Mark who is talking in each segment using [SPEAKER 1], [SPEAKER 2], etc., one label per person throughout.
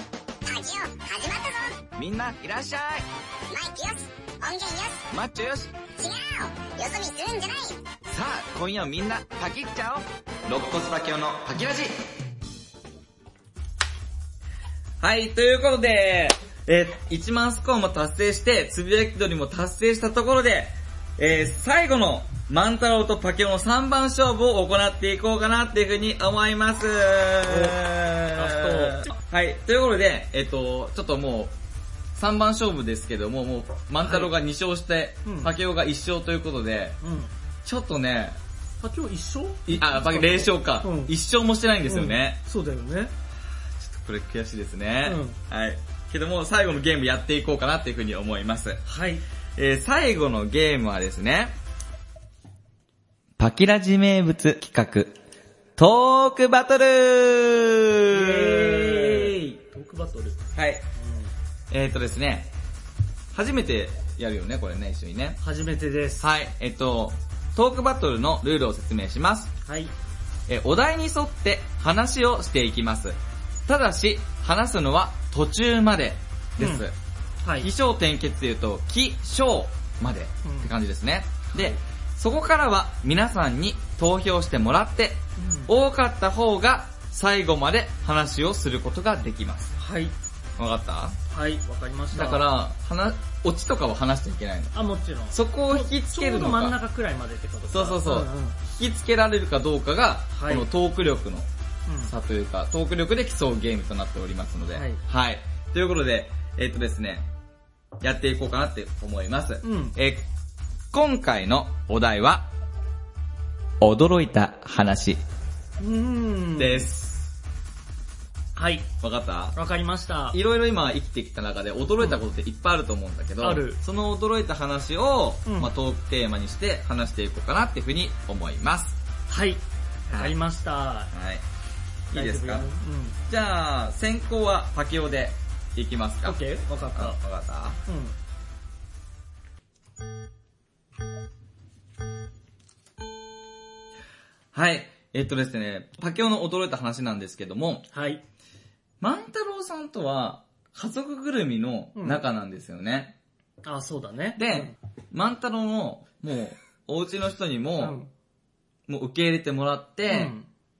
[SPEAKER 1] ジオ始まったぞ
[SPEAKER 2] みんないらっしゃい
[SPEAKER 1] マイクよし音源よし
[SPEAKER 2] マッチョよし
[SPEAKER 1] 違うよそ見するんじゃない
[SPEAKER 2] さあ、今夜もみんなパキっちゃおう肋骨パキオのパキラジはい、ということで、えー、1万スコアも達成して、つぶやき鳥も達成したところで、えー、最後の万太郎とパキオの3番勝負を行っていこうかなっていうふうに思います。
[SPEAKER 3] ラス
[SPEAKER 2] はい、ということで、えっ、と、ちょっともう、3番勝負ですけども、もう、万太郎が2勝して、
[SPEAKER 3] うん
[SPEAKER 2] パキオが1勝ということで、
[SPEAKER 3] うん。
[SPEAKER 2] ちょっとね、
[SPEAKER 3] あ、今日一勝
[SPEAKER 2] いあ、パキ0勝か
[SPEAKER 3] うん。
[SPEAKER 2] 1勝もしてないんですよね。
[SPEAKER 3] うんそうだよね。
[SPEAKER 2] これ悔しいですね
[SPEAKER 3] うん。
[SPEAKER 2] はい。けども、最後のゲームやっていこうかなっていうふうに思います。
[SPEAKER 3] はい。
[SPEAKER 2] えー最後のゲームはですね、パキラジ名物企画、トークバトル
[SPEAKER 3] トークバトル。うん。
[SPEAKER 2] はい。えっ、ー、とですね、初めてやるよね、これね、一緒にね。
[SPEAKER 3] 初めてです。
[SPEAKER 2] はい。えっ、と、トークバトルのルールを説明します。
[SPEAKER 3] はい。
[SPEAKER 2] えーお題に沿って話をしていきます。ただし、話すのは途中までです。
[SPEAKER 3] うんはい
[SPEAKER 2] 起。承転結で言うと、起承まで
[SPEAKER 3] うん
[SPEAKER 2] って感じですね。で、そこからは皆さんに投票してもらって、多かった方が最後まで話をすることができます。
[SPEAKER 3] はい。
[SPEAKER 2] わかっ
[SPEAKER 3] はい、わかりました
[SPEAKER 2] だ
[SPEAKER 3] た。
[SPEAKER 2] か、ら、話、オチとかは話しちゃいけないの。
[SPEAKER 3] あ、もちろん。
[SPEAKER 2] そこを引きつける
[SPEAKER 3] ちょう
[SPEAKER 2] の
[SPEAKER 3] ど真ん
[SPEAKER 2] か、
[SPEAKER 3] 中くらいまでってことか
[SPEAKER 2] そうそうそうん
[SPEAKER 3] ん
[SPEAKER 2] 引きつけられるかどうかが、こ
[SPEAKER 3] はい
[SPEAKER 2] のトーク力の
[SPEAKER 3] うん
[SPEAKER 2] 差というか、トーク力で競うゲームとなっておりますので、
[SPEAKER 3] はい
[SPEAKER 2] ということで、えっ、とですね、やっていこうかなって思います。
[SPEAKER 3] うん
[SPEAKER 2] えー今回のお題は、驚いた話
[SPEAKER 3] うーん。
[SPEAKER 2] です。
[SPEAKER 3] はい。
[SPEAKER 2] わかった
[SPEAKER 3] わかりました。
[SPEAKER 2] いろいろ今生きてきた中で驚いたことっていっぱいあると思うんだけど、
[SPEAKER 3] うんある
[SPEAKER 2] その驚いた話を、
[SPEAKER 3] うん
[SPEAKER 2] まあ、トークテーマにして話していこうかなっていうふうに思います。
[SPEAKER 3] はい。わかりました。
[SPEAKER 2] はい。いいですか
[SPEAKER 3] 大丈夫よ
[SPEAKER 2] じゃあ、先行はパキオでいきます
[SPEAKER 3] うん。
[SPEAKER 2] か。
[SPEAKER 3] オッケーわかっ
[SPEAKER 2] あ
[SPEAKER 3] た
[SPEAKER 2] わ。かった
[SPEAKER 3] うん。
[SPEAKER 2] はい。えっとですね、パケオの驚いた話なんですけども、
[SPEAKER 3] はい。
[SPEAKER 2] 万太郎さんとは家族ぐるみの仲なんですよね。
[SPEAKER 3] あ、そうだね。
[SPEAKER 2] で、万太郎の、もう、お家の人に
[SPEAKER 3] うん、う
[SPEAKER 2] も、
[SPEAKER 3] ん。
[SPEAKER 2] もう受け入れてもらって、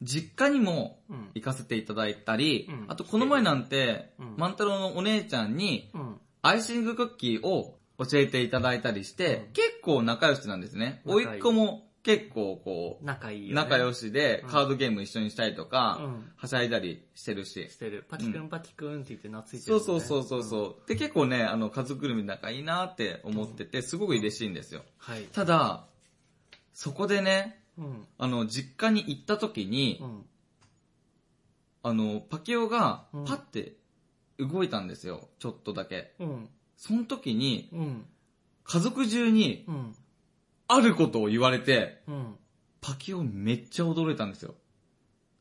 [SPEAKER 2] 実家にも
[SPEAKER 3] うん。
[SPEAKER 2] 行かせていただいたり
[SPEAKER 3] うん、
[SPEAKER 2] あとこの前なんて
[SPEAKER 3] う、ん
[SPEAKER 2] 万太郎のお姉ちゃんに
[SPEAKER 3] うん。
[SPEAKER 2] アイシングクッキーを教えていただいたりして
[SPEAKER 3] うん、
[SPEAKER 2] 結構仲良しなんですね。甥
[SPEAKER 3] 仲いい
[SPEAKER 2] っ子も結構こう、
[SPEAKER 3] 仲いいよ、ね。
[SPEAKER 2] 仲良
[SPEAKER 3] し。
[SPEAKER 2] しで
[SPEAKER 3] うん
[SPEAKER 2] カードゲーム一緒にしたりとか、
[SPEAKER 3] うん
[SPEAKER 2] はしゃいだりしてるし。
[SPEAKER 3] してる。パキくん、パキくんって言って懐いてる
[SPEAKER 2] そ
[SPEAKER 3] よ
[SPEAKER 2] う
[SPEAKER 3] ね、。、
[SPEAKER 2] そうそうそうそううんで、結構ね、あの、家族ぐるみ仲いいなって思ってて、すごく嬉しいんですよ。
[SPEAKER 3] はい。
[SPEAKER 2] ただ、そこでね、
[SPEAKER 3] うん。
[SPEAKER 2] あの、実家に行った時に、
[SPEAKER 3] うん。
[SPEAKER 2] あの、パケオが
[SPEAKER 3] うん
[SPEAKER 2] パッて動いたんですよ。ちょっとだけ。
[SPEAKER 3] うん。
[SPEAKER 2] その時に、
[SPEAKER 3] うん。
[SPEAKER 2] 家族中に
[SPEAKER 3] うん。
[SPEAKER 2] あることを言われて、
[SPEAKER 3] うん。
[SPEAKER 2] パケオめっちゃ驚いたんですよ。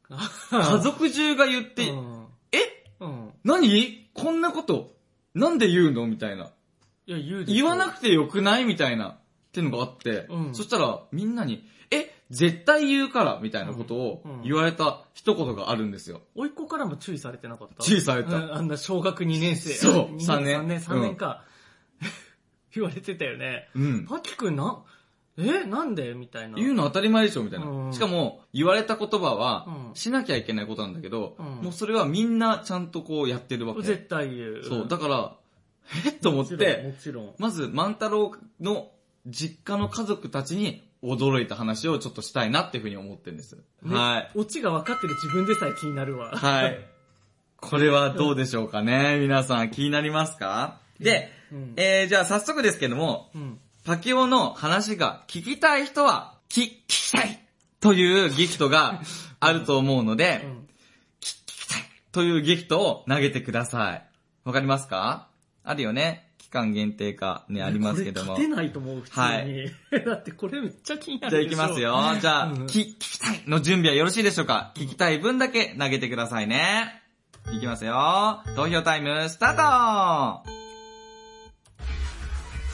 [SPEAKER 2] 家
[SPEAKER 3] 家
[SPEAKER 2] 族中が言って、
[SPEAKER 3] うん。
[SPEAKER 2] え
[SPEAKER 3] うん。
[SPEAKER 2] 何こんなこと、なんで言うのみたいな。
[SPEAKER 3] いや、言うでしょ
[SPEAKER 2] 言わなくてよくないみたいな、っていうのがあって、
[SPEAKER 3] うん
[SPEAKER 2] そしたらみんなに、え、絶対言うから、みたいなこと
[SPEAKER 3] う
[SPEAKER 2] を
[SPEAKER 3] ん
[SPEAKER 2] 言われた一言があるんですよ。
[SPEAKER 3] 甥っ子からも注意されてなかった
[SPEAKER 2] 注意された
[SPEAKER 3] うんあんな小学2年生。
[SPEAKER 2] そう
[SPEAKER 3] 2
[SPEAKER 2] 三年
[SPEAKER 3] 3年、
[SPEAKER 2] うん
[SPEAKER 3] 3年か。 言われてたよね。
[SPEAKER 2] うん。
[SPEAKER 3] パキくんな、えなんでみたいな。
[SPEAKER 2] 言うの当たり前でしょ、みたいな。
[SPEAKER 3] うん
[SPEAKER 2] しかも、言われた言葉は
[SPEAKER 3] う、ん
[SPEAKER 2] しなきゃいけないことなんだけど、
[SPEAKER 3] うん
[SPEAKER 2] もうそれはみんなちゃんとこうやってるわけ。
[SPEAKER 3] 絶対言う。
[SPEAKER 2] そう、だから、えっと思っ
[SPEAKER 3] もちろん
[SPEAKER 2] て、
[SPEAKER 3] もちろん。
[SPEAKER 2] まず万太郎の実家の家族たちに驚いた話をちょっとしたいなっていうふうに思ってるんです。
[SPEAKER 3] ね
[SPEAKER 2] はい。
[SPEAKER 3] オチが分かってる自分でさえ気になるわ。
[SPEAKER 2] はい。これはどうでしょうかね皆さん気になりますかで、
[SPEAKER 3] うん
[SPEAKER 2] えー、じゃあ早速ですけども、
[SPEAKER 3] うん。
[SPEAKER 2] パキオの話が聞きたい人は、き、聞きたいというギフト があると思うので、
[SPEAKER 3] うん。
[SPEAKER 2] というギフトを投げてください。わかりますかあるよね期間限定かね、ありますけども。
[SPEAKER 3] これ
[SPEAKER 2] じ
[SPEAKER 3] 勝てないと思う、普通に。
[SPEAKER 2] は
[SPEAKER 3] だってこれめっちゃ気にな
[SPEAKER 2] ゃあ
[SPEAKER 3] る
[SPEAKER 2] い
[SPEAKER 3] でし
[SPEAKER 2] き
[SPEAKER 3] ょ。
[SPEAKER 2] ます。よ。じゃあ、
[SPEAKER 3] うん
[SPEAKER 2] き、聞きたいの準備はよろしいでしょうか聞きたい分だけ投げてくださいね。いきますよ。投票タイム、スタート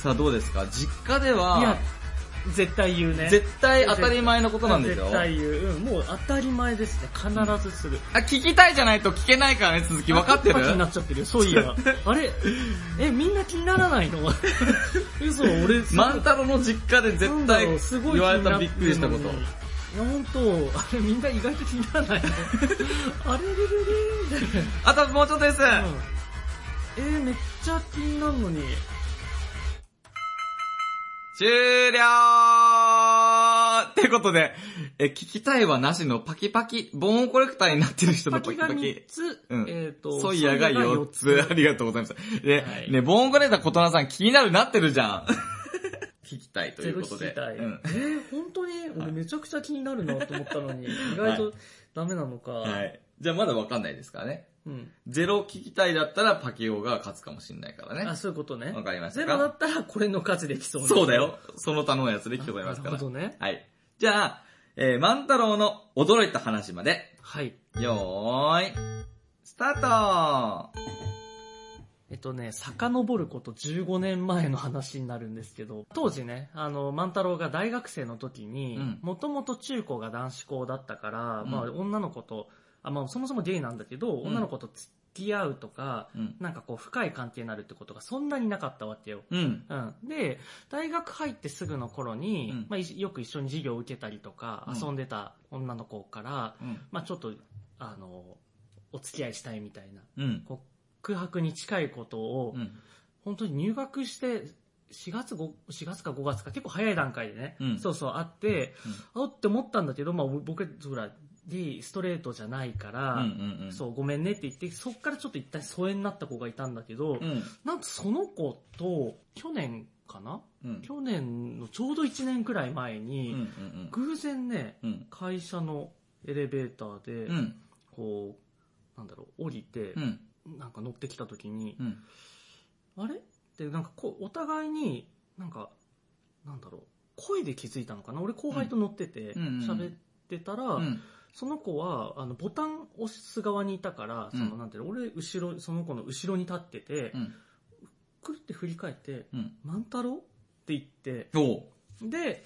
[SPEAKER 2] さあどうですか実家で
[SPEAKER 3] いや
[SPEAKER 2] は、、
[SPEAKER 3] 絶対言うね。
[SPEAKER 2] 絶対当たり前のことなんですよ
[SPEAKER 3] 絶。対言う。うん、もう当たり前ですね。必ずする。
[SPEAKER 2] あ、聞きたいじゃないと聞けないからね、続き。分かって
[SPEAKER 3] あ
[SPEAKER 2] る
[SPEAKER 3] パキになっちゃってるよ、そうい えば。あれえ、みんな気にならないの 嘘、俺、
[SPEAKER 2] 万太郎の実家で絶対
[SPEAKER 3] なんだろうすごい
[SPEAKER 2] 言われた
[SPEAKER 3] 気にな
[SPEAKER 2] びっくりしたこと
[SPEAKER 3] てるのに。いや、本当あれみんな意外と気にな らないのあれれれれれみたい
[SPEAKER 2] あともうちょっとです。
[SPEAKER 3] な。うんえー、めっちゃ気になるのに。
[SPEAKER 2] 終了ってことで、え、聞きたいはなしのパキパキ、ボーンコレクターになってる人の
[SPEAKER 3] パ
[SPEAKER 2] パ
[SPEAKER 3] キ
[SPEAKER 2] キ
[SPEAKER 3] が
[SPEAKER 2] パ
[SPEAKER 3] 3
[SPEAKER 2] キ。
[SPEAKER 3] つ、
[SPEAKER 2] うん
[SPEAKER 3] えっ、ー、と、
[SPEAKER 2] ソイヤが4
[SPEAKER 3] ソイ
[SPEAKER 2] つ。
[SPEAKER 3] ヤが
[SPEAKER 2] ありがとうございます。で、
[SPEAKER 3] はい
[SPEAKER 2] ね、ボーンコレクター琴菜さん気になるなってるじゃん。 聞きたいとい
[SPEAKER 3] ゼロ
[SPEAKER 2] うこ
[SPEAKER 3] 聞
[SPEAKER 2] と
[SPEAKER 3] き
[SPEAKER 2] で。
[SPEAKER 3] たい。
[SPEAKER 2] うん
[SPEAKER 3] えー、本当に俺めちゃくちゃ気になるなと思ったのに、意外とダメなのか。
[SPEAKER 2] はい。じゃあまだわかんないですからね。
[SPEAKER 3] うん。
[SPEAKER 2] ゼロ聞きたいだったらパキオが勝つかもしんないから
[SPEAKER 3] あ、
[SPEAKER 2] ね。
[SPEAKER 3] そういうことね。
[SPEAKER 2] わかりました
[SPEAKER 3] ゼ
[SPEAKER 2] か
[SPEAKER 3] ロだったらこれの価値できそうな
[SPEAKER 2] そうだ。よ。その他のやつで聞こえますから。
[SPEAKER 3] なるほどね。
[SPEAKER 2] はい。じゃあ、えー、万太郎の驚いた話まで。
[SPEAKER 3] はい。
[SPEAKER 2] よーい、スタート
[SPEAKER 3] えっとね、遡ること15年前の話になるんですけど、当時ね、あの、万太郎が大学生の時に
[SPEAKER 2] うん、
[SPEAKER 3] もともと中高が男子校だったから、
[SPEAKER 2] うん
[SPEAKER 3] まあ女の子と、あ、まあそもそもゲイなんだけど、
[SPEAKER 2] ん
[SPEAKER 3] 女の子と付き合うとか、
[SPEAKER 2] うん。
[SPEAKER 3] なんかこう深い関係になるってことがそんなになかったわけよ。
[SPEAKER 2] うん。
[SPEAKER 3] うん、で大学入ってすぐの頃に、
[SPEAKER 2] うん
[SPEAKER 3] まあ、いよく一緒に授業を受けたりとか、
[SPEAKER 2] うん
[SPEAKER 3] 遊んでた女の子から、
[SPEAKER 2] うん。
[SPEAKER 3] まあ、ちょっとあのお付き合いしたいみたいな
[SPEAKER 2] うん。
[SPEAKER 3] 空白に近いことを、
[SPEAKER 2] うん。
[SPEAKER 3] 本当に入学して4月 ,4 月か5月か結構早い段階でね、
[SPEAKER 2] うん
[SPEAKER 3] そうそうあって、あおって思ったんだけど、まあ、僕ほらゲイストレートじゃないから、
[SPEAKER 2] うん。うん。
[SPEAKER 3] そうごめんねって言ってそっからちょっと一旦疎遠になった子がいたんだけ
[SPEAKER 2] う
[SPEAKER 3] ど、
[SPEAKER 2] ん。うん。
[SPEAKER 3] なんとその子と去年かな
[SPEAKER 2] うん。
[SPEAKER 3] 去年のちょうど1年くらい前
[SPEAKER 2] うん。う
[SPEAKER 3] に、
[SPEAKER 2] ん。
[SPEAKER 3] 偶然ね、
[SPEAKER 2] うん。
[SPEAKER 3] 会社のエレベーター
[SPEAKER 2] う
[SPEAKER 3] で、
[SPEAKER 2] ん。
[SPEAKER 3] こう、なんだろう、降りて
[SPEAKER 2] う、ん。
[SPEAKER 3] なんか乗ってきた時に
[SPEAKER 2] う、ん。
[SPEAKER 3] あれって、なんかこう、お互いに、なんか、なんだろう、声で気づいたのかな俺後輩と乗ってて、
[SPEAKER 2] うんうん
[SPEAKER 3] 喋ってたら、
[SPEAKER 2] うん。
[SPEAKER 3] その子は、あの、ボタン押す側にいたから、その、
[SPEAKER 2] うん
[SPEAKER 3] なんていうの、俺、後ろ、その子の後ろに立ってて
[SPEAKER 2] う、ん。
[SPEAKER 3] くるって振り返って、
[SPEAKER 2] うん。
[SPEAKER 3] 万太郎って言って、
[SPEAKER 2] おう。
[SPEAKER 3] で、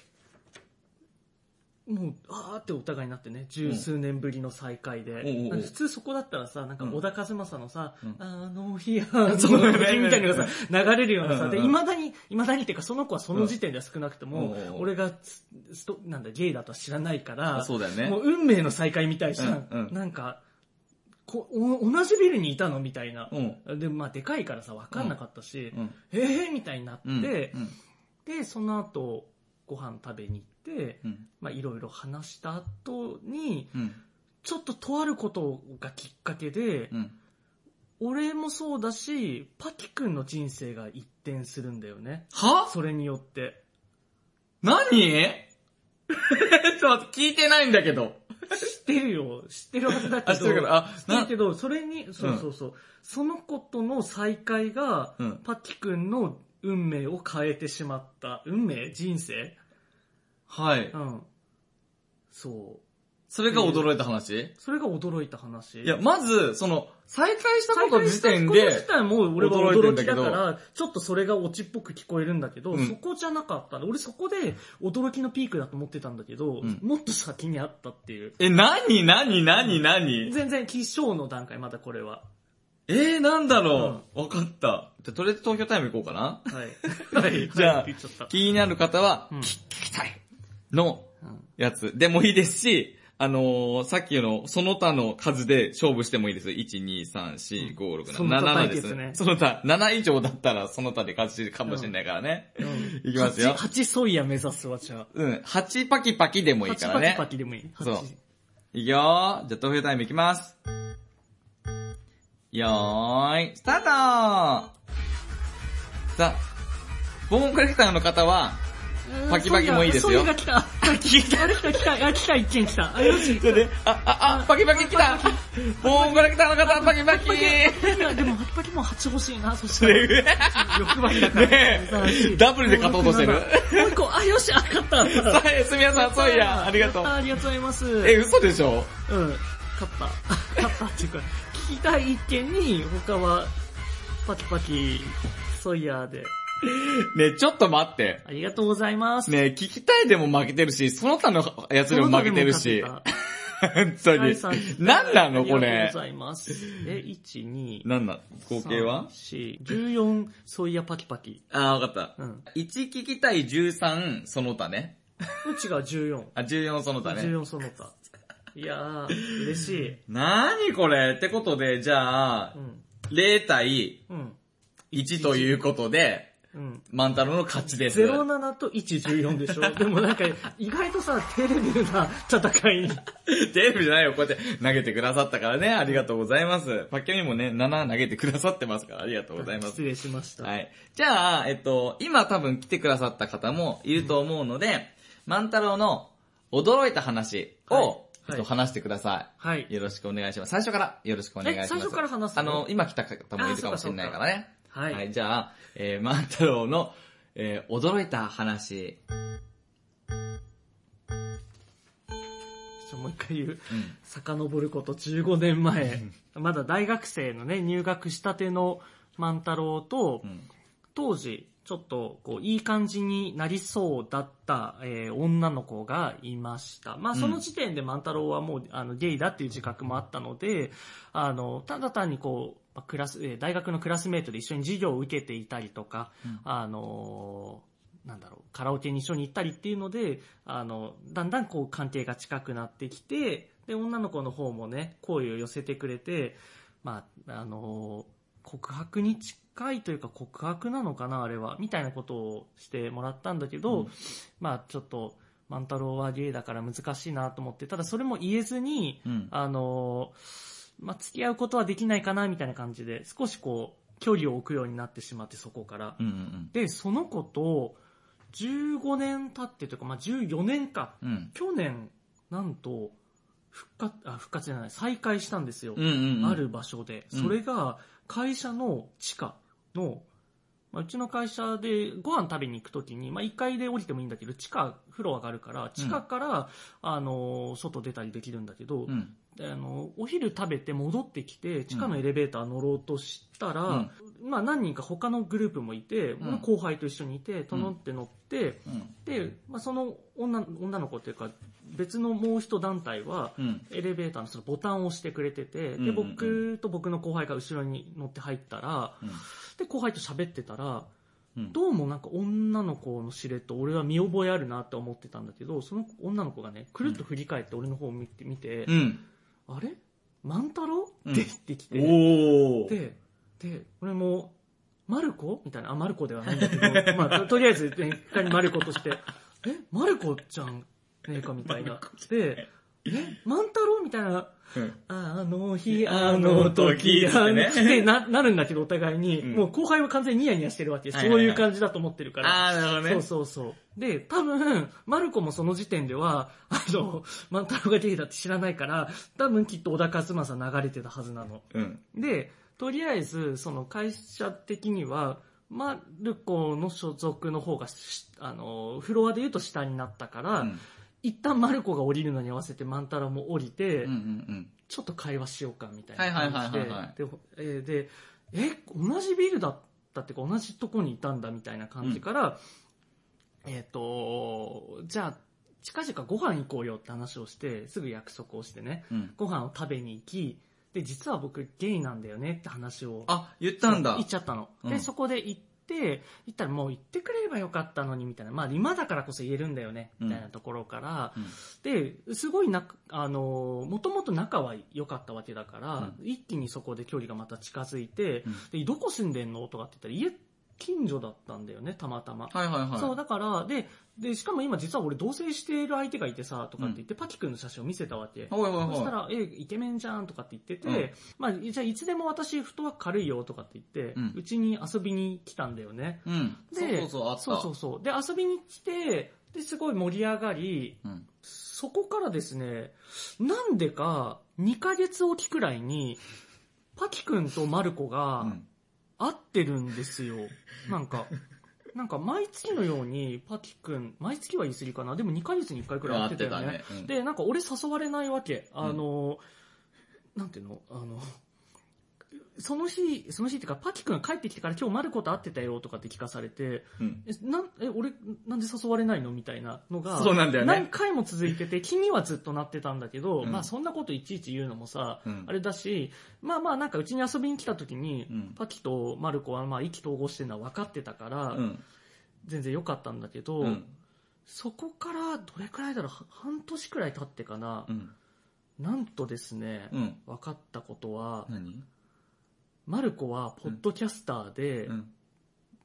[SPEAKER 3] もう、あーってお互いになってね、十数年ぶりの再会で。
[SPEAKER 2] んおうおうおう
[SPEAKER 3] 普通そこだったらさ、なんか
[SPEAKER 2] うん
[SPEAKER 3] 小田和正のさ、
[SPEAKER 2] うん
[SPEAKER 3] あの日、あの日
[SPEAKER 2] そうだね
[SPEAKER 3] みたいなのがさ、流れるような
[SPEAKER 2] うん
[SPEAKER 3] さ、
[SPEAKER 2] うん
[SPEAKER 3] で、未だに、未だにっていうかその子はその時点では少なくとも、
[SPEAKER 2] うんおうおう
[SPEAKER 3] 俺がつスト、なんだ、ゲイだとは知らないから、
[SPEAKER 2] あそうだよね
[SPEAKER 3] もう。運命の再会みたいじゃん。
[SPEAKER 2] うんうん
[SPEAKER 3] なんか、こお同じビルにいたのみたいな。
[SPEAKER 2] うん。
[SPEAKER 3] で、まあでかいからさ、わかんなかったし、
[SPEAKER 2] うん。
[SPEAKER 3] えーみたいになって、
[SPEAKER 2] うん。うん。
[SPEAKER 3] で、その後、ご飯食べに行って、
[SPEAKER 2] うん。
[SPEAKER 3] まあ、いろいろ話した後に、
[SPEAKER 2] うん。
[SPEAKER 3] ちょっととあることがきっかけで、
[SPEAKER 2] うん。
[SPEAKER 3] 俺もそうだし、パキ君の人生が一転するんだよね。
[SPEAKER 2] は
[SPEAKER 3] それによって。
[SPEAKER 2] 何 ちょっと待って、聞いてないんだけど。
[SPEAKER 3] 知ってるよ。知ってるはずだけ
[SPEAKER 2] あ、
[SPEAKER 3] ど。
[SPEAKER 2] そうだから、あ、
[SPEAKER 3] 知って
[SPEAKER 2] な
[SPEAKER 3] る、けど、それに、そうそうそう。そのことの再会が、
[SPEAKER 2] うん
[SPEAKER 3] パキ君の運命を変えてしまった。運命人生
[SPEAKER 2] はい。
[SPEAKER 3] うん。そう。
[SPEAKER 2] それが驚いた話
[SPEAKER 3] それが驚いた話。
[SPEAKER 2] いや、まず、その、再会したこ
[SPEAKER 3] 再
[SPEAKER 2] と
[SPEAKER 3] 会
[SPEAKER 2] 時
[SPEAKER 3] した
[SPEAKER 2] 点
[SPEAKER 3] こと
[SPEAKER 2] で、
[SPEAKER 3] 自体も俺は
[SPEAKER 2] 驚いてん
[SPEAKER 3] 驚
[SPEAKER 2] だ
[SPEAKER 3] き
[SPEAKER 2] け
[SPEAKER 3] だ
[SPEAKER 2] ど
[SPEAKER 3] から、ちょっとそれがオチっぽく聞こえるんだけど、
[SPEAKER 2] うん
[SPEAKER 3] そこじゃなかった。俺そこで驚きのピークだと思ってたんだけど、
[SPEAKER 2] うん
[SPEAKER 3] もっと先にあったっていう。
[SPEAKER 2] え、何何何何
[SPEAKER 3] 全然、気象の段階、まだこれは。
[SPEAKER 2] えー、なんだろう、わかった。じゃあ、とりあえず東京タイム行こうかな。
[SPEAKER 3] はい。はい。
[SPEAKER 2] じゃあ
[SPEAKER 3] はい言っちゃった。
[SPEAKER 2] 気になる方は、
[SPEAKER 3] うん
[SPEAKER 2] 聞きたいの
[SPEAKER 3] うん
[SPEAKER 2] やつでもいいですし、あのー、さっきのその他の数で勝負してもいいです。1、2、3、4、5、6、
[SPEAKER 3] そ
[SPEAKER 2] 7、
[SPEAKER 3] の他
[SPEAKER 2] 7
[SPEAKER 3] 対
[SPEAKER 2] で
[SPEAKER 3] 決
[SPEAKER 2] す
[SPEAKER 3] ね
[SPEAKER 2] ね。その他、7以上だったらその他で勝ちかもしれないからね。
[SPEAKER 3] うん
[SPEAKER 2] いきますよ
[SPEAKER 3] 八八ソイヤ目指すわ、じゃあ。
[SPEAKER 2] うん、8パキパキでもいいか
[SPEAKER 3] 八
[SPEAKER 2] ら
[SPEAKER 3] パキ
[SPEAKER 2] ね。
[SPEAKER 3] パキでもいい。八
[SPEAKER 2] そういくよー。じゃあ、投票タイムいきます。よーい、スタートーさあ、ボーンコレクターの方は、パキパキもいいですよ
[SPEAKER 3] ソイヤが来た。来た、来た、来た、あ来た、一件来た。あ、よし。
[SPEAKER 2] それで、あ、あ、あ、パキパキ来たボーンコレクターの方、パキパ キ
[SPEAKER 3] いや、でも、パキパキも八欲しいな、そしたら。
[SPEAKER 2] ね
[SPEAKER 3] 欲張りだから。
[SPEAKER 2] え、ダブルで勝とうとしてる。
[SPEAKER 3] もう一個、あ、よし、あ、勝った。
[SPEAKER 2] さあ、すみやさん、そういや、ありがとう
[SPEAKER 3] やっ。たありがとうございます。
[SPEAKER 2] え、嘘でしょ
[SPEAKER 3] うん。勝った。勝ったっていうか、聞きたい意見に、他は、パキパキ、ソイヤーで。
[SPEAKER 2] ねえちょっと待って。
[SPEAKER 3] ありがとうございます。
[SPEAKER 2] ねえ聞きたいでも負けてるし、その他のやつでも負けてるし。
[SPEAKER 3] その他
[SPEAKER 2] 本当
[SPEAKER 3] でも
[SPEAKER 2] に
[SPEAKER 3] 勝てた。
[SPEAKER 2] 何なのこ
[SPEAKER 3] ありが
[SPEAKER 2] れ
[SPEAKER 3] とう。ございます。え、1、2、
[SPEAKER 2] 何なの合計は
[SPEAKER 3] ?4、14、ソイヤパキパキ。
[SPEAKER 2] あー、わかった
[SPEAKER 3] う。ん。
[SPEAKER 2] 1聞きたい13、その他ね。
[SPEAKER 3] うちが14。
[SPEAKER 2] あ、14その他ね。
[SPEAKER 3] 14その他。いやー、嬉しい。
[SPEAKER 2] なーにこれってことで、じゃあ
[SPEAKER 3] う、ん。
[SPEAKER 2] 0対
[SPEAKER 3] うん。
[SPEAKER 2] 1ということで、
[SPEAKER 3] うん。
[SPEAKER 2] 万太郎の勝ちです。
[SPEAKER 3] 07と114で しょでもなんか、意外とさ、低レベルな戦いに。
[SPEAKER 2] テープじゃないよ、こうやって投げてくださったからね、ありがとうございます。パッケにもね、7投げてくださってますから、ありがとうございます
[SPEAKER 3] 失。礼しました。
[SPEAKER 2] はい。じゃあ、えっと、今多分来てくださった方もいると思うので、万太郎の驚いた話を、
[SPEAKER 3] はい
[SPEAKER 2] えっ
[SPEAKER 3] は
[SPEAKER 2] と、
[SPEAKER 3] い
[SPEAKER 2] 話してくださ。
[SPEAKER 3] はいい。
[SPEAKER 2] よろしくお願いします。最初からよろしくお願いします。
[SPEAKER 3] え最初から話す
[SPEAKER 2] あ
[SPEAKER 3] の
[SPEAKER 2] の、今来た方もいるかもしれないからね。
[SPEAKER 3] はい。
[SPEAKER 2] はい、じゃあ、えー、万太郎の、えー、驚いた話。
[SPEAKER 3] ちょもう一回言う。
[SPEAKER 2] うん。
[SPEAKER 3] 遡ること15 年前。まだ大学生のね、入学したての万太郎と、
[SPEAKER 2] うん。
[SPEAKER 3] 当時、ちょっと、こう、いい感じになりそうだった、えー女の子がいました。まあ、
[SPEAKER 2] うん
[SPEAKER 3] その時点で万太郎はもう、あの、ゲイだっていう自覚もあったので、あの、ただ単にこう、まあクラス、えー大学のクラスメートで一緒に授業を受けていたりとか、
[SPEAKER 2] うん
[SPEAKER 3] あのーなんだろう、カラオケに一緒に行ったりっていうので、あの、だんだんこう関係が近くなってきて、で、女の子の方もね、声を寄せてくれて、まあ、あのー告白に近いというか告白なのかな、あれは、みたいなことをしてもらったんだけど、
[SPEAKER 2] うん
[SPEAKER 3] まあ、ちょっと、万太郎はゲイだから難しいなと思って、ただそれも言えずに、
[SPEAKER 2] うん。
[SPEAKER 3] あのーまあ、付き合うことはできないかな、みたいな感じで、少しこう、距離を置くようになってしまって、そこから。
[SPEAKER 2] うんうん
[SPEAKER 3] で、その子と、15年経ってというか、まあ、14年か。
[SPEAKER 2] うん。うん。
[SPEAKER 3] 去年、なんと、復活、あ、復活じゃない、再開したんですよ。
[SPEAKER 2] うんうんうん。
[SPEAKER 3] ある場所で。
[SPEAKER 2] うん
[SPEAKER 3] それが、会社の地下の、まあ、うちの会社でご飯食べに行くときに、まあ、1階で降りてもいいんだけど、地下、フロアがあるから、地下から、あのー、外出たりできるんだけど、
[SPEAKER 2] うん。
[SPEAKER 3] であの、お昼食べて戻ってきて、地下のエレベーター乗ろうとしたら、
[SPEAKER 2] うん
[SPEAKER 3] まあ何人か他のグループもいて、
[SPEAKER 2] うん
[SPEAKER 3] 後輩と一緒にいて、とのって乗って、
[SPEAKER 2] うん。
[SPEAKER 3] で、まあその女女の子っていうか、別のもう一団体は、
[SPEAKER 2] うん。
[SPEAKER 3] エレベーターのそのボタンを押してくれて
[SPEAKER 2] うんうん
[SPEAKER 3] て、
[SPEAKER 2] う
[SPEAKER 3] で、
[SPEAKER 2] ん
[SPEAKER 3] 僕と僕の後輩が後ろに乗って入ったら、
[SPEAKER 2] うん
[SPEAKER 3] で、後輩と喋ってたら、
[SPEAKER 2] うん。
[SPEAKER 3] どうもなんか女の子の知れと俺は見覚えあるなって思ってたんだけど、その女の子がね、くるっと振り返って俺の方を見て、見て、
[SPEAKER 2] うん。
[SPEAKER 3] あれ万太郎
[SPEAKER 2] うん
[SPEAKER 3] って言ってきて、
[SPEAKER 2] おー。
[SPEAKER 3] で、で、俺も、マルコみたいな、あ、マルコではないんだけど、 まあ、ととりあえず、ね、一回にマルコとして、え、マルコじゃんねえかみたいな。で、え、万太郎みたいな、
[SPEAKER 2] うん
[SPEAKER 3] あの日、あの時、
[SPEAKER 2] あ
[SPEAKER 3] あ
[SPEAKER 2] の時
[SPEAKER 3] の
[SPEAKER 2] っ
[SPEAKER 3] って
[SPEAKER 2] ね
[SPEAKER 3] てななるんだけど、お互いに、
[SPEAKER 2] うん
[SPEAKER 3] もう後輩は完全にニヤニヤしてるわけ。
[SPEAKER 2] は
[SPEAKER 3] そ
[SPEAKER 2] いうはいはい
[SPEAKER 3] いう感じだと思ってるから。
[SPEAKER 2] あー、なるほどね。
[SPEAKER 3] そうそうそう。で、多分、マルコもその時点では、あ の、万太郎がゲイだって知らないから、多分きっと小田和正流れてたはずなの。
[SPEAKER 2] うん。
[SPEAKER 3] で、とりあえず、その会社的には、マルコの所属の方がし、あの、フロアで言うと下になったから、
[SPEAKER 2] うん
[SPEAKER 3] 一旦マルコが降りるのに合わせて万太郎も降りて、
[SPEAKER 2] うんうん
[SPEAKER 3] ちょっと会話しようかみたいな感じ
[SPEAKER 2] はいはいはいはいはい
[SPEAKER 3] で、でえーで、え、同じビルだったってか同じとこにいたんだみたいな感じから、えっ、と、じゃあ、近々ご飯行こうよって話をして、すぐ約束をしてね、
[SPEAKER 2] うん。うん。
[SPEAKER 3] ご飯を食べに行き、で、実は僕ゲイなんだよねって話を。
[SPEAKER 2] あ、言ったんだ
[SPEAKER 3] 行っ。ちゃったの。
[SPEAKER 2] う
[SPEAKER 3] で、
[SPEAKER 2] ん
[SPEAKER 3] そこで行って、行ったらもう行ってくれればよかったのに、みたいな。まあ今だからこそ言えるんだよね、みたいなところから、で、すごいな、あのー、もともと仲は良かったわけだから、一気にそこで距離がまた近づいて、
[SPEAKER 2] うん
[SPEAKER 3] で、どこ住んでんのとかって言ったら、家近所だったんだよね、たまたま。
[SPEAKER 2] はいはいはい。
[SPEAKER 3] そう、だから、で、で、しかも今実は俺同棲している相手がいてさ、とかって言って、パキ君の写真を見せたわけ。
[SPEAKER 2] はいはいはい。
[SPEAKER 3] そしたら、え、イケメンじゃんとかって言ってて、
[SPEAKER 2] うん
[SPEAKER 3] まあ、じゃあいつでも私、フットワーク軽いよとかって言って
[SPEAKER 2] うん、
[SPEAKER 3] うち、に遊びに来たんだよね。
[SPEAKER 2] うん。そう
[SPEAKER 3] で
[SPEAKER 2] そうそう、あった。
[SPEAKER 3] そうそうそう。で、遊びに来て、で、すごい盛り上がり、
[SPEAKER 2] うん。
[SPEAKER 3] そこからですね、なんでか、2ヶ月おきくらいに、パキ君とマルコ
[SPEAKER 2] う
[SPEAKER 3] が
[SPEAKER 2] ん
[SPEAKER 3] 会ってるんですよ。なんか、なんか毎月のようにパキ君、毎月は言い過ぎかな。でも2ヶ月に1回くらい
[SPEAKER 2] 合
[SPEAKER 3] 会
[SPEAKER 2] っ
[SPEAKER 3] ってた
[SPEAKER 2] て
[SPEAKER 3] よ
[SPEAKER 2] た
[SPEAKER 3] ね
[SPEAKER 2] ね。。うん、
[SPEAKER 3] で、なんか俺誘われないわけ。あの、なんていうのあの、その日、その日っていうか、パキ君が帰ってきてから今日マルコと会ってたよとかって聞かされて、
[SPEAKER 2] うん。
[SPEAKER 3] え、なん、え、俺、なんで誘われないのみたいなのが、
[SPEAKER 2] そうなんだよね
[SPEAKER 3] 何回も続いてて、気にはずっとなってたんだけど、
[SPEAKER 2] うん
[SPEAKER 3] まあそんなこといちいち言うのもさ、
[SPEAKER 2] うん
[SPEAKER 3] あれだし、まあまあなんかうちに遊びに来た時に、
[SPEAKER 2] うん
[SPEAKER 3] パキとマルコはまあ意気投合してるのは分かってたから、
[SPEAKER 2] うん。
[SPEAKER 3] 全然良かったんだけど、
[SPEAKER 2] うん。
[SPEAKER 3] そこからどれくらいだろう、は半年くらい経ってかな、
[SPEAKER 2] うん。
[SPEAKER 3] なんとですね、
[SPEAKER 2] うん。
[SPEAKER 3] 分かったことは、
[SPEAKER 2] 何
[SPEAKER 3] マルコはポッドキャスターで、
[SPEAKER 2] うん。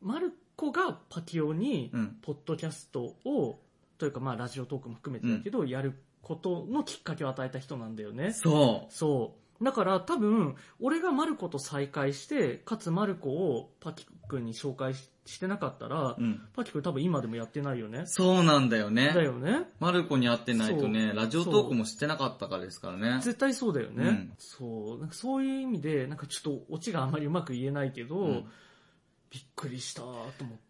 [SPEAKER 3] マルコがパキオに、
[SPEAKER 2] うん。
[SPEAKER 3] ポッドキャストを、というかまあラジオトークも含めてだけど、やることのきっかけを与えた人なんだよね。
[SPEAKER 2] そ
[SPEAKER 3] そう。だから多分、俺がマルコと再会して、かつマルコをパキ君に紹介ししてなかった
[SPEAKER 2] う。
[SPEAKER 3] ら、
[SPEAKER 2] うん。
[SPEAKER 3] パキ君多分今でもやってないよね。
[SPEAKER 2] そうなんだよね。
[SPEAKER 3] だよね。
[SPEAKER 2] マルコに会ってないとね、ラジオトークもしてなかったからですからね。
[SPEAKER 3] 絶対そうだよね。
[SPEAKER 2] うん
[SPEAKER 3] そう。なんかそういう意味で、なんかちょっとオチがあんまりうまく言えないけど、
[SPEAKER 2] うん
[SPEAKER 3] びっくりしたーと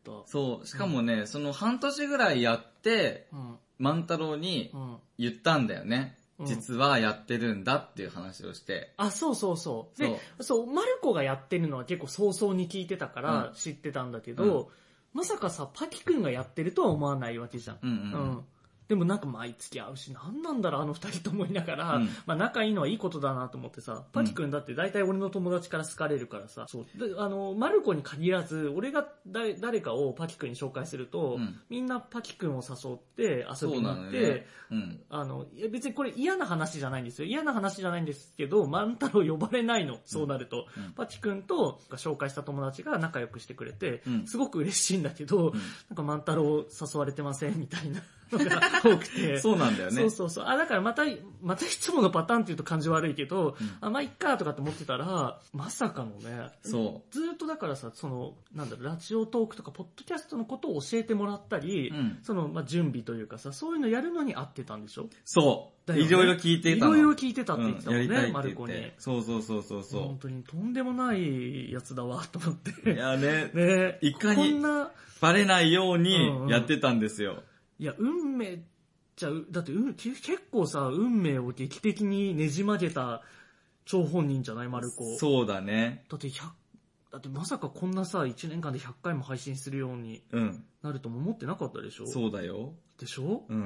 [SPEAKER 3] 思った。
[SPEAKER 2] そう、しかもね、その半年ぐらいやって、
[SPEAKER 3] うん。
[SPEAKER 2] 万太郎に
[SPEAKER 3] うん。
[SPEAKER 2] 言ったんだよね。
[SPEAKER 3] うん
[SPEAKER 2] 実はやってるんだっていう話をして。
[SPEAKER 3] あ、そうそうそう。で、そう、マルコがやってるのは結構早々に聞いてたから知ってたんだけど、まさかさ、パキ君がやってるとは思わないわけじゃん。
[SPEAKER 2] うん
[SPEAKER 3] う
[SPEAKER 2] うん
[SPEAKER 3] ん。でもなんか毎月会うし、なんなんだろう、あの二人と思いながら、
[SPEAKER 2] うん
[SPEAKER 3] まあ仲いいのはいいことだなと思ってさ、パキ君だって大体俺の友達から好かれるからさ、そう。で、あの、マルコに限らず、俺が誰誰かをパキ君に紹介する
[SPEAKER 2] う
[SPEAKER 3] と、
[SPEAKER 2] ん
[SPEAKER 3] みんなパキ君を誘って遊びに
[SPEAKER 2] そうなの
[SPEAKER 3] 行っ
[SPEAKER 2] よ
[SPEAKER 3] て、
[SPEAKER 2] ねうん。
[SPEAKER 3] あの、いや別にこれ嫌な話じゃないんですよ。嫌な話じゃないんですけど、万太郎呼ばれないの、そうなると。
[SPEAKER 2] うん
[SPEAKER 3] パチ君と紹介した友達が仲良くしてくれて、
[SPEAKER 2] うん
[SPEAKER 3] すごく嬉しいんだけど、
[SPEAKER 2] ん
[SPEAKER 3] なんか万太郎誘われてませんみたいなのが多く て。
[SPEAKER 2] そうなんだよね。
[SPEAKER 3] そうそうそう。あ、だからまた、またいつものパターンっていうと感じ悪いけど、
[SPEAKER 2] うん
[SPEAKER 3] あ、まあ、いっかとかって思ってたら、まさかのね、
[SPEAKER 2] そ
[SPEAKER 3] ずーっとだからさ、その、なんだろう、ラジオトークとか、ポッドキャストのことを教えてもらったり、
[SPEAKER 2] うん
[SPEAKER 3] その、まあ、準備というかさ、そういうのやるのに合ってたんでしょ
[SPEAKER 2] う。そう。
[SPEAKER 3] だよね
[SPEAKER 2] いろいろ聞いてたの。
[SPEAKER 3] いろいろ聞いてたって言ってたもん
[SPEAKER 2] うんや
[SPEAKER 3] ね、
[SPEAKER 2] りた
[SPEAKER 3] マ
[SPEAKER 2] いって言
[SPEAKER 3] ルコ
[SPEAKER 2] っ
[SPEAKER 3] に
[SPEAKER 2] て。。そうそうそうそう
[SPEAKER 3] 本
[SPEAKER 2] そ
[SPEAKER 3] 当にとんでもないやつだわ、と思っ
[SPEAKER 2] う。
[SPEAKER 3] て。
[SPEAKER 2] いやね、
[SPEAKER 3] ね
[SPEAKER 2] いかに
[SPEAKER 3] こんな、
[SPEAKER 2] バレないよう
[SPEAKER 3] うんうん
[SPEAKER 2] にやってたんですよ。
[SPEAKER 3] いや、運命じゃ、うだって、うん、け結構さ、運命を劇的にねじ曲げた張本人じゃない、マルコ。
[SPEAKER 2] そうだね。
[SPEAKER 3] だって、100、だってまさかこんなさ、1年間で100回も配信するように
[SPEAKER 2] うん。
[SPEAKER 3] なるとも思ってなかったでしょ
[SPEAKER 2] そうだよ。
[SPEAKER 3] でしょ
[SPEAKER 2] うん。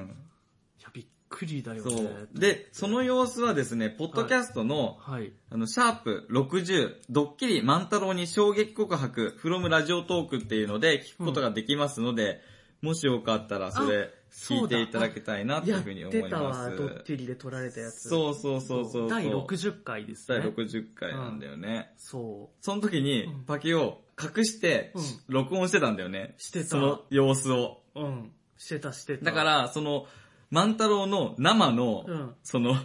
[SPEAKER 3] いや、びっくりだよ
[SPEAKER 2] そ
[SPEAKER 3] ね。
[SPEAKER 2] う。で、その様子はですね、ポッドキャストの、
[SPEAKER 3] はい。
[SPEAKER 2] あの、シャープ60、ドッキリ万太郎に衝撃告白、from ラジオトークっていうので聞くことができますので、もしよかったらそれ聞いていただきたいなというふうに
[SPEAKER 3] やっ
[SPEAKER 2] 思
[SPEAKER 3] て
[SPEAKER 2] い
[SPEAKER 3] た
[SPEAKER 2] ま
[SPEAKER 3] わ、
[SPEAKER 2] す。
[SPEAKER 3] ドッキリで撮られたやつ。
[SPEAKER 2] そうそうそうそう。
[SPEAKER 3] 第60回ですね。
[SPEAKER 2] 第60回なんだよね。
[SPEAKER 3] そ
[SPEAKER 2] その時に
[SPEAKER 3] うん、
[SPEAKER 2] パキを隠して
[SPEAKER 3] うん、
[SPEAKER 2] 録音してたんだよね。
[SPEAKER 3] してた
[SPEAKER 2] その様子を。
[SPEAKER 3] う。うん。してたしてた。
[SPEAKER 2] だか、ら、その、万太郎の生の
[SPEAKER 3] うん、
[SPEAKER 2] その、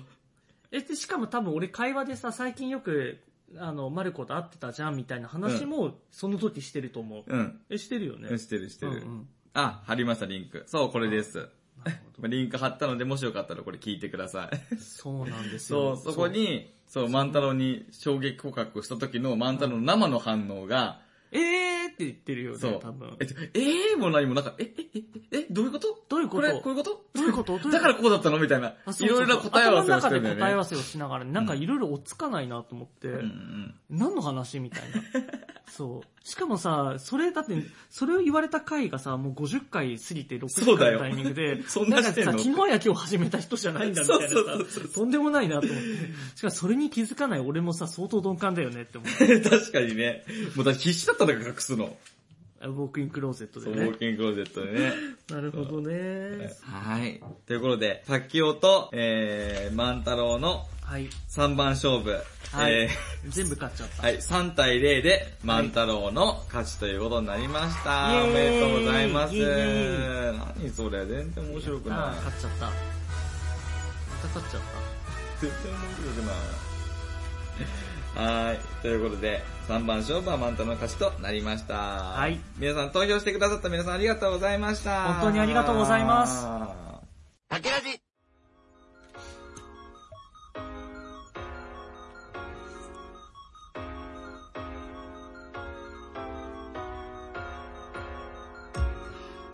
[SPEAKER 3] え、で、しかも多分俺会話でさ、最近よく、あの、マルコと会ってたじゃんみたいな話も、その時してると思う。
[SPEAKER 2] うん、
[SPEAKER 3] え、してるよね。
[SPEAKER 2] してるして
[SPEAKER 3] うんう
[SPEAKER 2] る。
[SPEAKER 3] ん。
[SPEAKER 2] あ、貼りました、リンク。そう、これです。
[SPEAKER 3] なるほ
[SPEAKER 2] まあリンク貼ったので、もしよかったらこれ聞いてください。
[SPEAKER 3] ど。そうなんです
[SPEAKER 2] そ
[SPEAKER 3] よ。
[SPEAKER 2] う、そこ。に、そう、万太郎に衝撃告白をした時の万太郎の生の反応が、
[SPEAKER 3] えーって言ってるよね、
[SPEAKER 2] そう
[SPEAKER 3] 多分。
[SPEAKER 2] えっと、えーも何もなんか、え、え、え、え、えどういうこと
[SPEAKER 3] どういう
[SPEAKER 2] こ
[SPEAKER 3] こと
[SPEAKER 2] れ、こういうこと
[SPEAKER 3] どういうことどういうこと
[SPEAKER 2] だからこうだったのみたいな
[SPEAKER 3] あ。そ
[SPEAKER 2] いう
[SPEAKER 3] そう
[SPEAKER 2] ろ
[SPEAKER 3] そう
[SPEAKER 2] いろ答え合わせをして
[SPEAKER 3] 頭
[SPEAKER 2] るんだ
[SPEAKER 3] の中で答え合
[SPEAKER 2] よ
[SPEAKER 3] わ
[SPEAKER 2] ね。
[SPEAKER 3] せをしながら、なんかいろいろ落ち着かないなと思って。
[SPEAKER 2] うんうん
[SPEAKER 3] 何の話みたいな。そう。しかもさ、それだって、それを言われた回がさ、もう50回過ぎて
[SPEAKER 2] そ
[SPEAKER 3] 60
[SPEAKER 2] うだ
[SPEAKER 3] 回
[SPEAKER 2] よ
[SPEAKER 3] のタイミングで、
[SPEAKER 2] そんなしてんの
[SPEAKER 3] かさ、昨日や今日始めた人じゃないんだみたいなさ
[SPEAKER 2] そうそうそう
[SPEAKER 3] とんでもないなと思って。しかもそれに気づかない俺もさ、相当鈍感だよねって思って。
[SPEAKER 2] うん。 確かにね。もうだから必死だったんだから隠すの。
[SPEAKER 3] あウォークインクローゼット
[SPEAKER 2] そ
[SPEAKER 3] で
[SPEAKER 2] う、ウォ
[SPEAKER 3] ね
[SPEAKER 2] ー。キングクローゼットでね。
[SPEAKER 3] なるほどね。
[SPEAKER 2] はい。ということで、パキオと、えー、万太郎の
[SPEAKER 3] はい。
[SPEAKER 2] 3番勝負。
[SPEAKER 3] はい
[SPEAKER 2] えー
[SPEAKER 3] 全部買っちゃった。
[SPEAKER 2] はい、3対0で万太郎の勝ちということになりました。
[SPEAKER 3] イエーイ
[SPEAKER 2] おめでとうございます。
[SPEAKER 3] イエー
[SPEAKER 2] 何それ、全然面白くな
[SPEAKER 3] あー買っちゃった。また買っちゃった。。
[SPEAKER 2] い。絶対面白くない。 はい、ということで、3番勝負は万太郎の勝ちとなりました。はい皆さん投票してくださった皆さんありがとうございました。
[SPEAKER 3] 本当にありがとうございます
[SPEAKER 1] パケラジ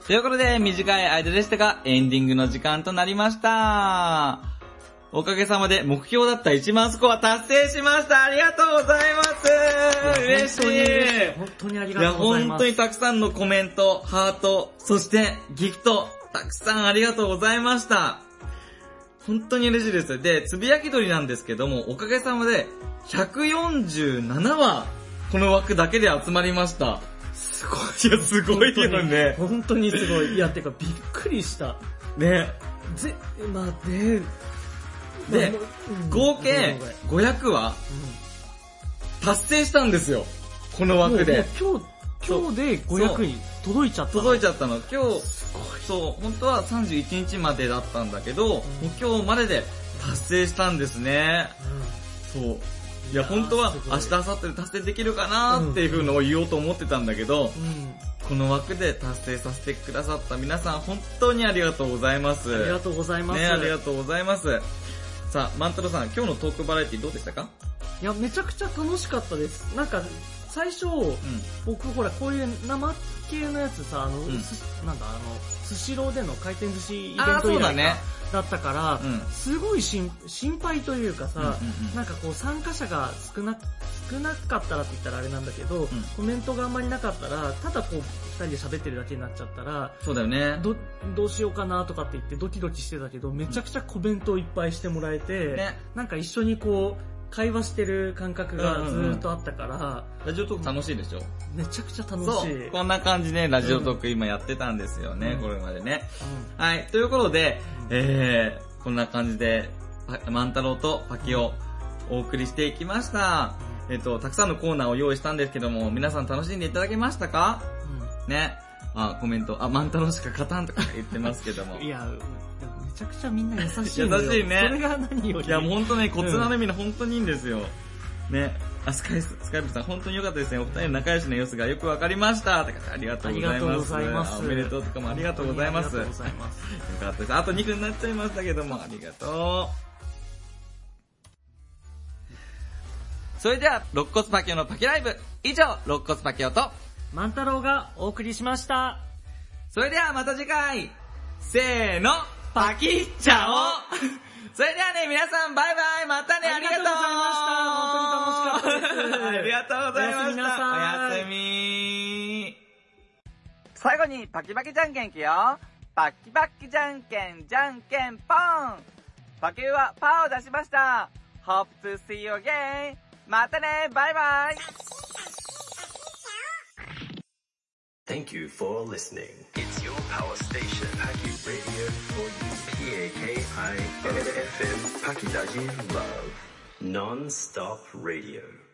[SPEAKER 2] ということで、短い間でしたが、エンディングの時間となりました。おかげさまで目標だった1万スコア達成しましたありがとうございます嬉しい
[SPEAKER 3] 本当にあり
[SPEAKER 2] い
[SPEAKER 3] がと
[SPEAKER 2] や、
[SPEAKER 3] うござい
[SPEAKER 2] 本
[SPEAKER 3] ま
[SPEAKER 2] 当
[SPEAKER 3] す。
[SPEAKER 2] にたくさんのコメント、ハート、そしてギフト、たくさんありがとうございました。本当に嬉しいです。で、つぶやき鳥なんですけども、おかげさまで、147話、この枠だけで集まりました。すごい。いや、すごいよね。
[SPEAKER 3] 本当にすごい。いや、てかびっくりした。
[SPEAKER 2] ね。
[SPEAKER 3] ぜ、まあ、で、
[SPEAKER 2] で
[SPEAKER 3] まあうん
[SPEAKER 2] 合計
[SPEAKER 3] ごめん
[SPEAKER 2] 500話、達成したんですよ。この
[SPEAKER 3] ごめんうん
[SPEAKER 2] 枠で。
[SPEAKER 3] もうもう今日、今日で500に届いちゃった。
[SPEAKER 2] 届い
[SPEAKER 3] い
[SPEAKER 2] ちゃったの。今日、そう、本当は31日までだったんだけど、もう今日までで達成したんですね。そう。いや、本当は明日、明後日で達成できるかなっていう風のを言おうと思ってたんだけど、
[SPEAKER 3] うん。
[SPEAKER 2] この枠で達成させてくださった皆さん、本当にありがとうございます。
[SPEAKER 3] ありがとうございます。
[SPEAKER 2] ね、ありがとうございます。さあ、万太郎さん、今日のトークバラエティどうでしたか
[SPEAKER 3] いや、めちゃくちゃ楽しかったです。なんか、最初、
[SPEAKER 2] うん。
[SPEAKER 3] 僕ほら、こういう生系のやつさ、あの、
[SPEAKER 2] ん
[SPEAKER 3] すなんだ、あの、スシローでの回転寿司イベン
[SPEAKER 2] あー
[SPEAKER 3] ト
[SPEAKER 2] そ
[SPEAKER 3] 以
[SPEAKER 2] うだ
[SPEAKER 3] 来か
[SPEAKER 2] ね。
[SPEAKER 3] だったから、
[SPEAKER 2] うん。
[SPEAKER 3] すごい心心配というかさ、
[SPEAKER 2] うんうんうん
[SPEAKER 3] なんかこう参加者が少な、少なかったらって言ったらあれなんだけど、コメントがあんまりなかったら、ただこう、二人で喋ってるだけになっちゃったら、
[SPEAKER 2] そうだよね。
[SPEAKER 3] ど、どうしようかなとかって言ってドキドキしてたけど、めちゃくちゃコメントをいっぱいしてもらえて、
[SPEAKER 2] ね。
[SPEAKER 3] なんか一緒にこう、会話してる感覚がずーっとあったから、
[SPEAKER 2] ラジオトーク楽しいでしょ
[SPEAKER 3] めちゃくちゃ楽
[SPEAKER 2] そ
[SPEAKER 3] しい。
[SPEAKER 2] う。こんな感じで、ラジオトーク今やってたんですよね、
[SPEAKER 3] うん
[SPEAKER 2] これまでね。はい、ということで、えー、こんな感じで、パ万太郎とパキをお送りしていきました。えっと、たくさんのコーナーを用意したんですけども、皆さん楽しんでいただけましたかね。あ、コメント、あ、万太郎しか勝たんとか言ってますけども。
[SPEAKER 3] うんい
[SPEAKER 2] い
[SPEAKER 3] や、うんめちゃくちゃみんな優しいのよ。
[SPEAKER 2] 優しいね
[SPEAKER 3] それが何より。
[SPEAKER 2] や、もう本当ね、コツなるみんな本当にいいんですよ。ね。あ、スカイス、スカイプさん、本当に良かったですね。お二人の仲良しの様子がよくわかりました。とかありがと
[SPEAKER 3] あ
[SPEAKER 2] うご
[SPEAKER 3] り
[SPEAKER 2] ざ
[SPEAKER 3] が
[SPEAKER 2] い
[SPEAKER 3] とう
[SPEAKER 2] ま
[SPEAKER 3] ご
[SPEAKER 2] す。
[SPEAKER 3] ざいます。
[SPEAKER 2] あおめでとうとかもありがとうございます。
[SPEAKER 3] ありが
[SPEAKER 2] よ
[SPEAKER 3] とうございます。
[SPEAKER 2] かったです。あと2分になっちゃいましたけども、ありがとう。それでは、肋骨パキオのパキライブ。以上、肋骨パキオと、
[SPEAKER 3] 万太郎がお送りしました。
[SPEAKER 2] それではまた次回せーのパキッチャオ それではね、皆さん、バイバイまたねあ
[SPEAKER 3] あ
[SPEAKER 2] り
[SPEAKER 3] り
[SPEAKER 2] が
[SPEAKER 3] が
[SPEAKER 2] と
[SPEAKER 3] と
[SPEAKER 2] う
[SPEAKER 3] うございました本当に楽しかったです
[SPEAKER 2] ありがとうございました
[SPEAKER 3] おやすみなさい
[SPEAKER 2] おやすみ最後に、パキパキじゃんけんいくよパキパキじゃんけん、じゃんけんポンパキューはパーを出しました !Hope to see you again! またねバイバイ
[SPEAKER 4] Thank you for listening. It's your power station, Paki Radio for you, P-A-K-I-N-F-M, Paki Love, non-stop radio.